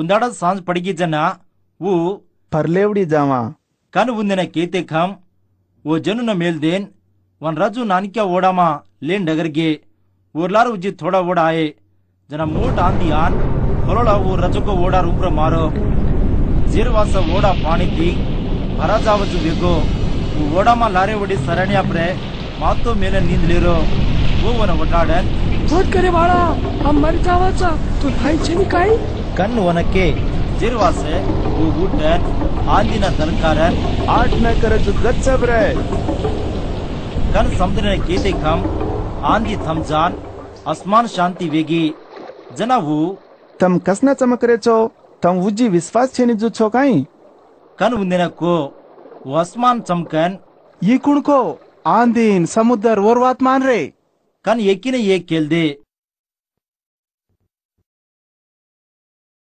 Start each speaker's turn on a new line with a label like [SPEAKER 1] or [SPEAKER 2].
[SPEAKER 1] ಉಂದಾಡ ಸಾಂಜ್ ಪಡಿಗೆ ಜನ ವು
[SPEAKER 2] परलेवड़ी जावा
[SPEAKER 1] ಕನ್ ಉಂದಿನ ಕೇತೆ ಖಂ ಓ ಜನುನ ಮೇಲ್ದೇನ್ ಒನ್ ರಜು ನಾನಿಕ್ಯ ಓಡಾಮ ಲೇನ್ ಡಗರ್ಗೆ ಓರ್ಲಾರ ಉಜ್ಜಿ ಥೋಡ ಓಡಾಯೆ ಜನ ಮೋಟ್ ಆಂದಿ ಆನ್ ಹೊಲೊಳ ಓ ರಜಕೋ ಓಡಾರ್ ಉಂಬ್ರ ಮಾರೋ ಜೀರ್ವಾಸ ಓಡ ಪಾಣಿದ್ದಿ ಭರಾಜಾವಜು ಬೇಗೋ ಓ ಓಡಾಮ ಲಾರೆ ಒಡಿ ಸರಣ್ಯಾಪ್ರೆ ಮಾತು ಮೇಲೆ ನಿಂದ್ಲಿರೋ ಓವನ ಒಡ್ಡಾಡನ್
[SPEAKER 3] बहुत करे बाळा हम मर जावाचा तू राहायचे नी काय
[SPEAKER 1] ಕಣ್ಣು ಒನಕ್ಕೆ ಜೀರ್ವಾಸೆ ಓ ಊಟನ್ ಆಂದಿನ ತನಕಾರನ್
[SPEAKER 2] आठ न करे तो गच्चब रे
[SPEAKER 1] कन समुद्र ने केते खम आंधी थम जान आसमान शांति वेगी जना वो
[SPEAKER 2] तम कसना चमक रे छो तम उजी विश्वास छे नी जो छो काई
[SPEAKER 1] कन उन्देना को वो आसमान चमकन
[SPEAKER 2] ये कुण को आंदीन समुद्र और बात मान रे
[SPEAKER 1] कन यकी ने ये खेल दे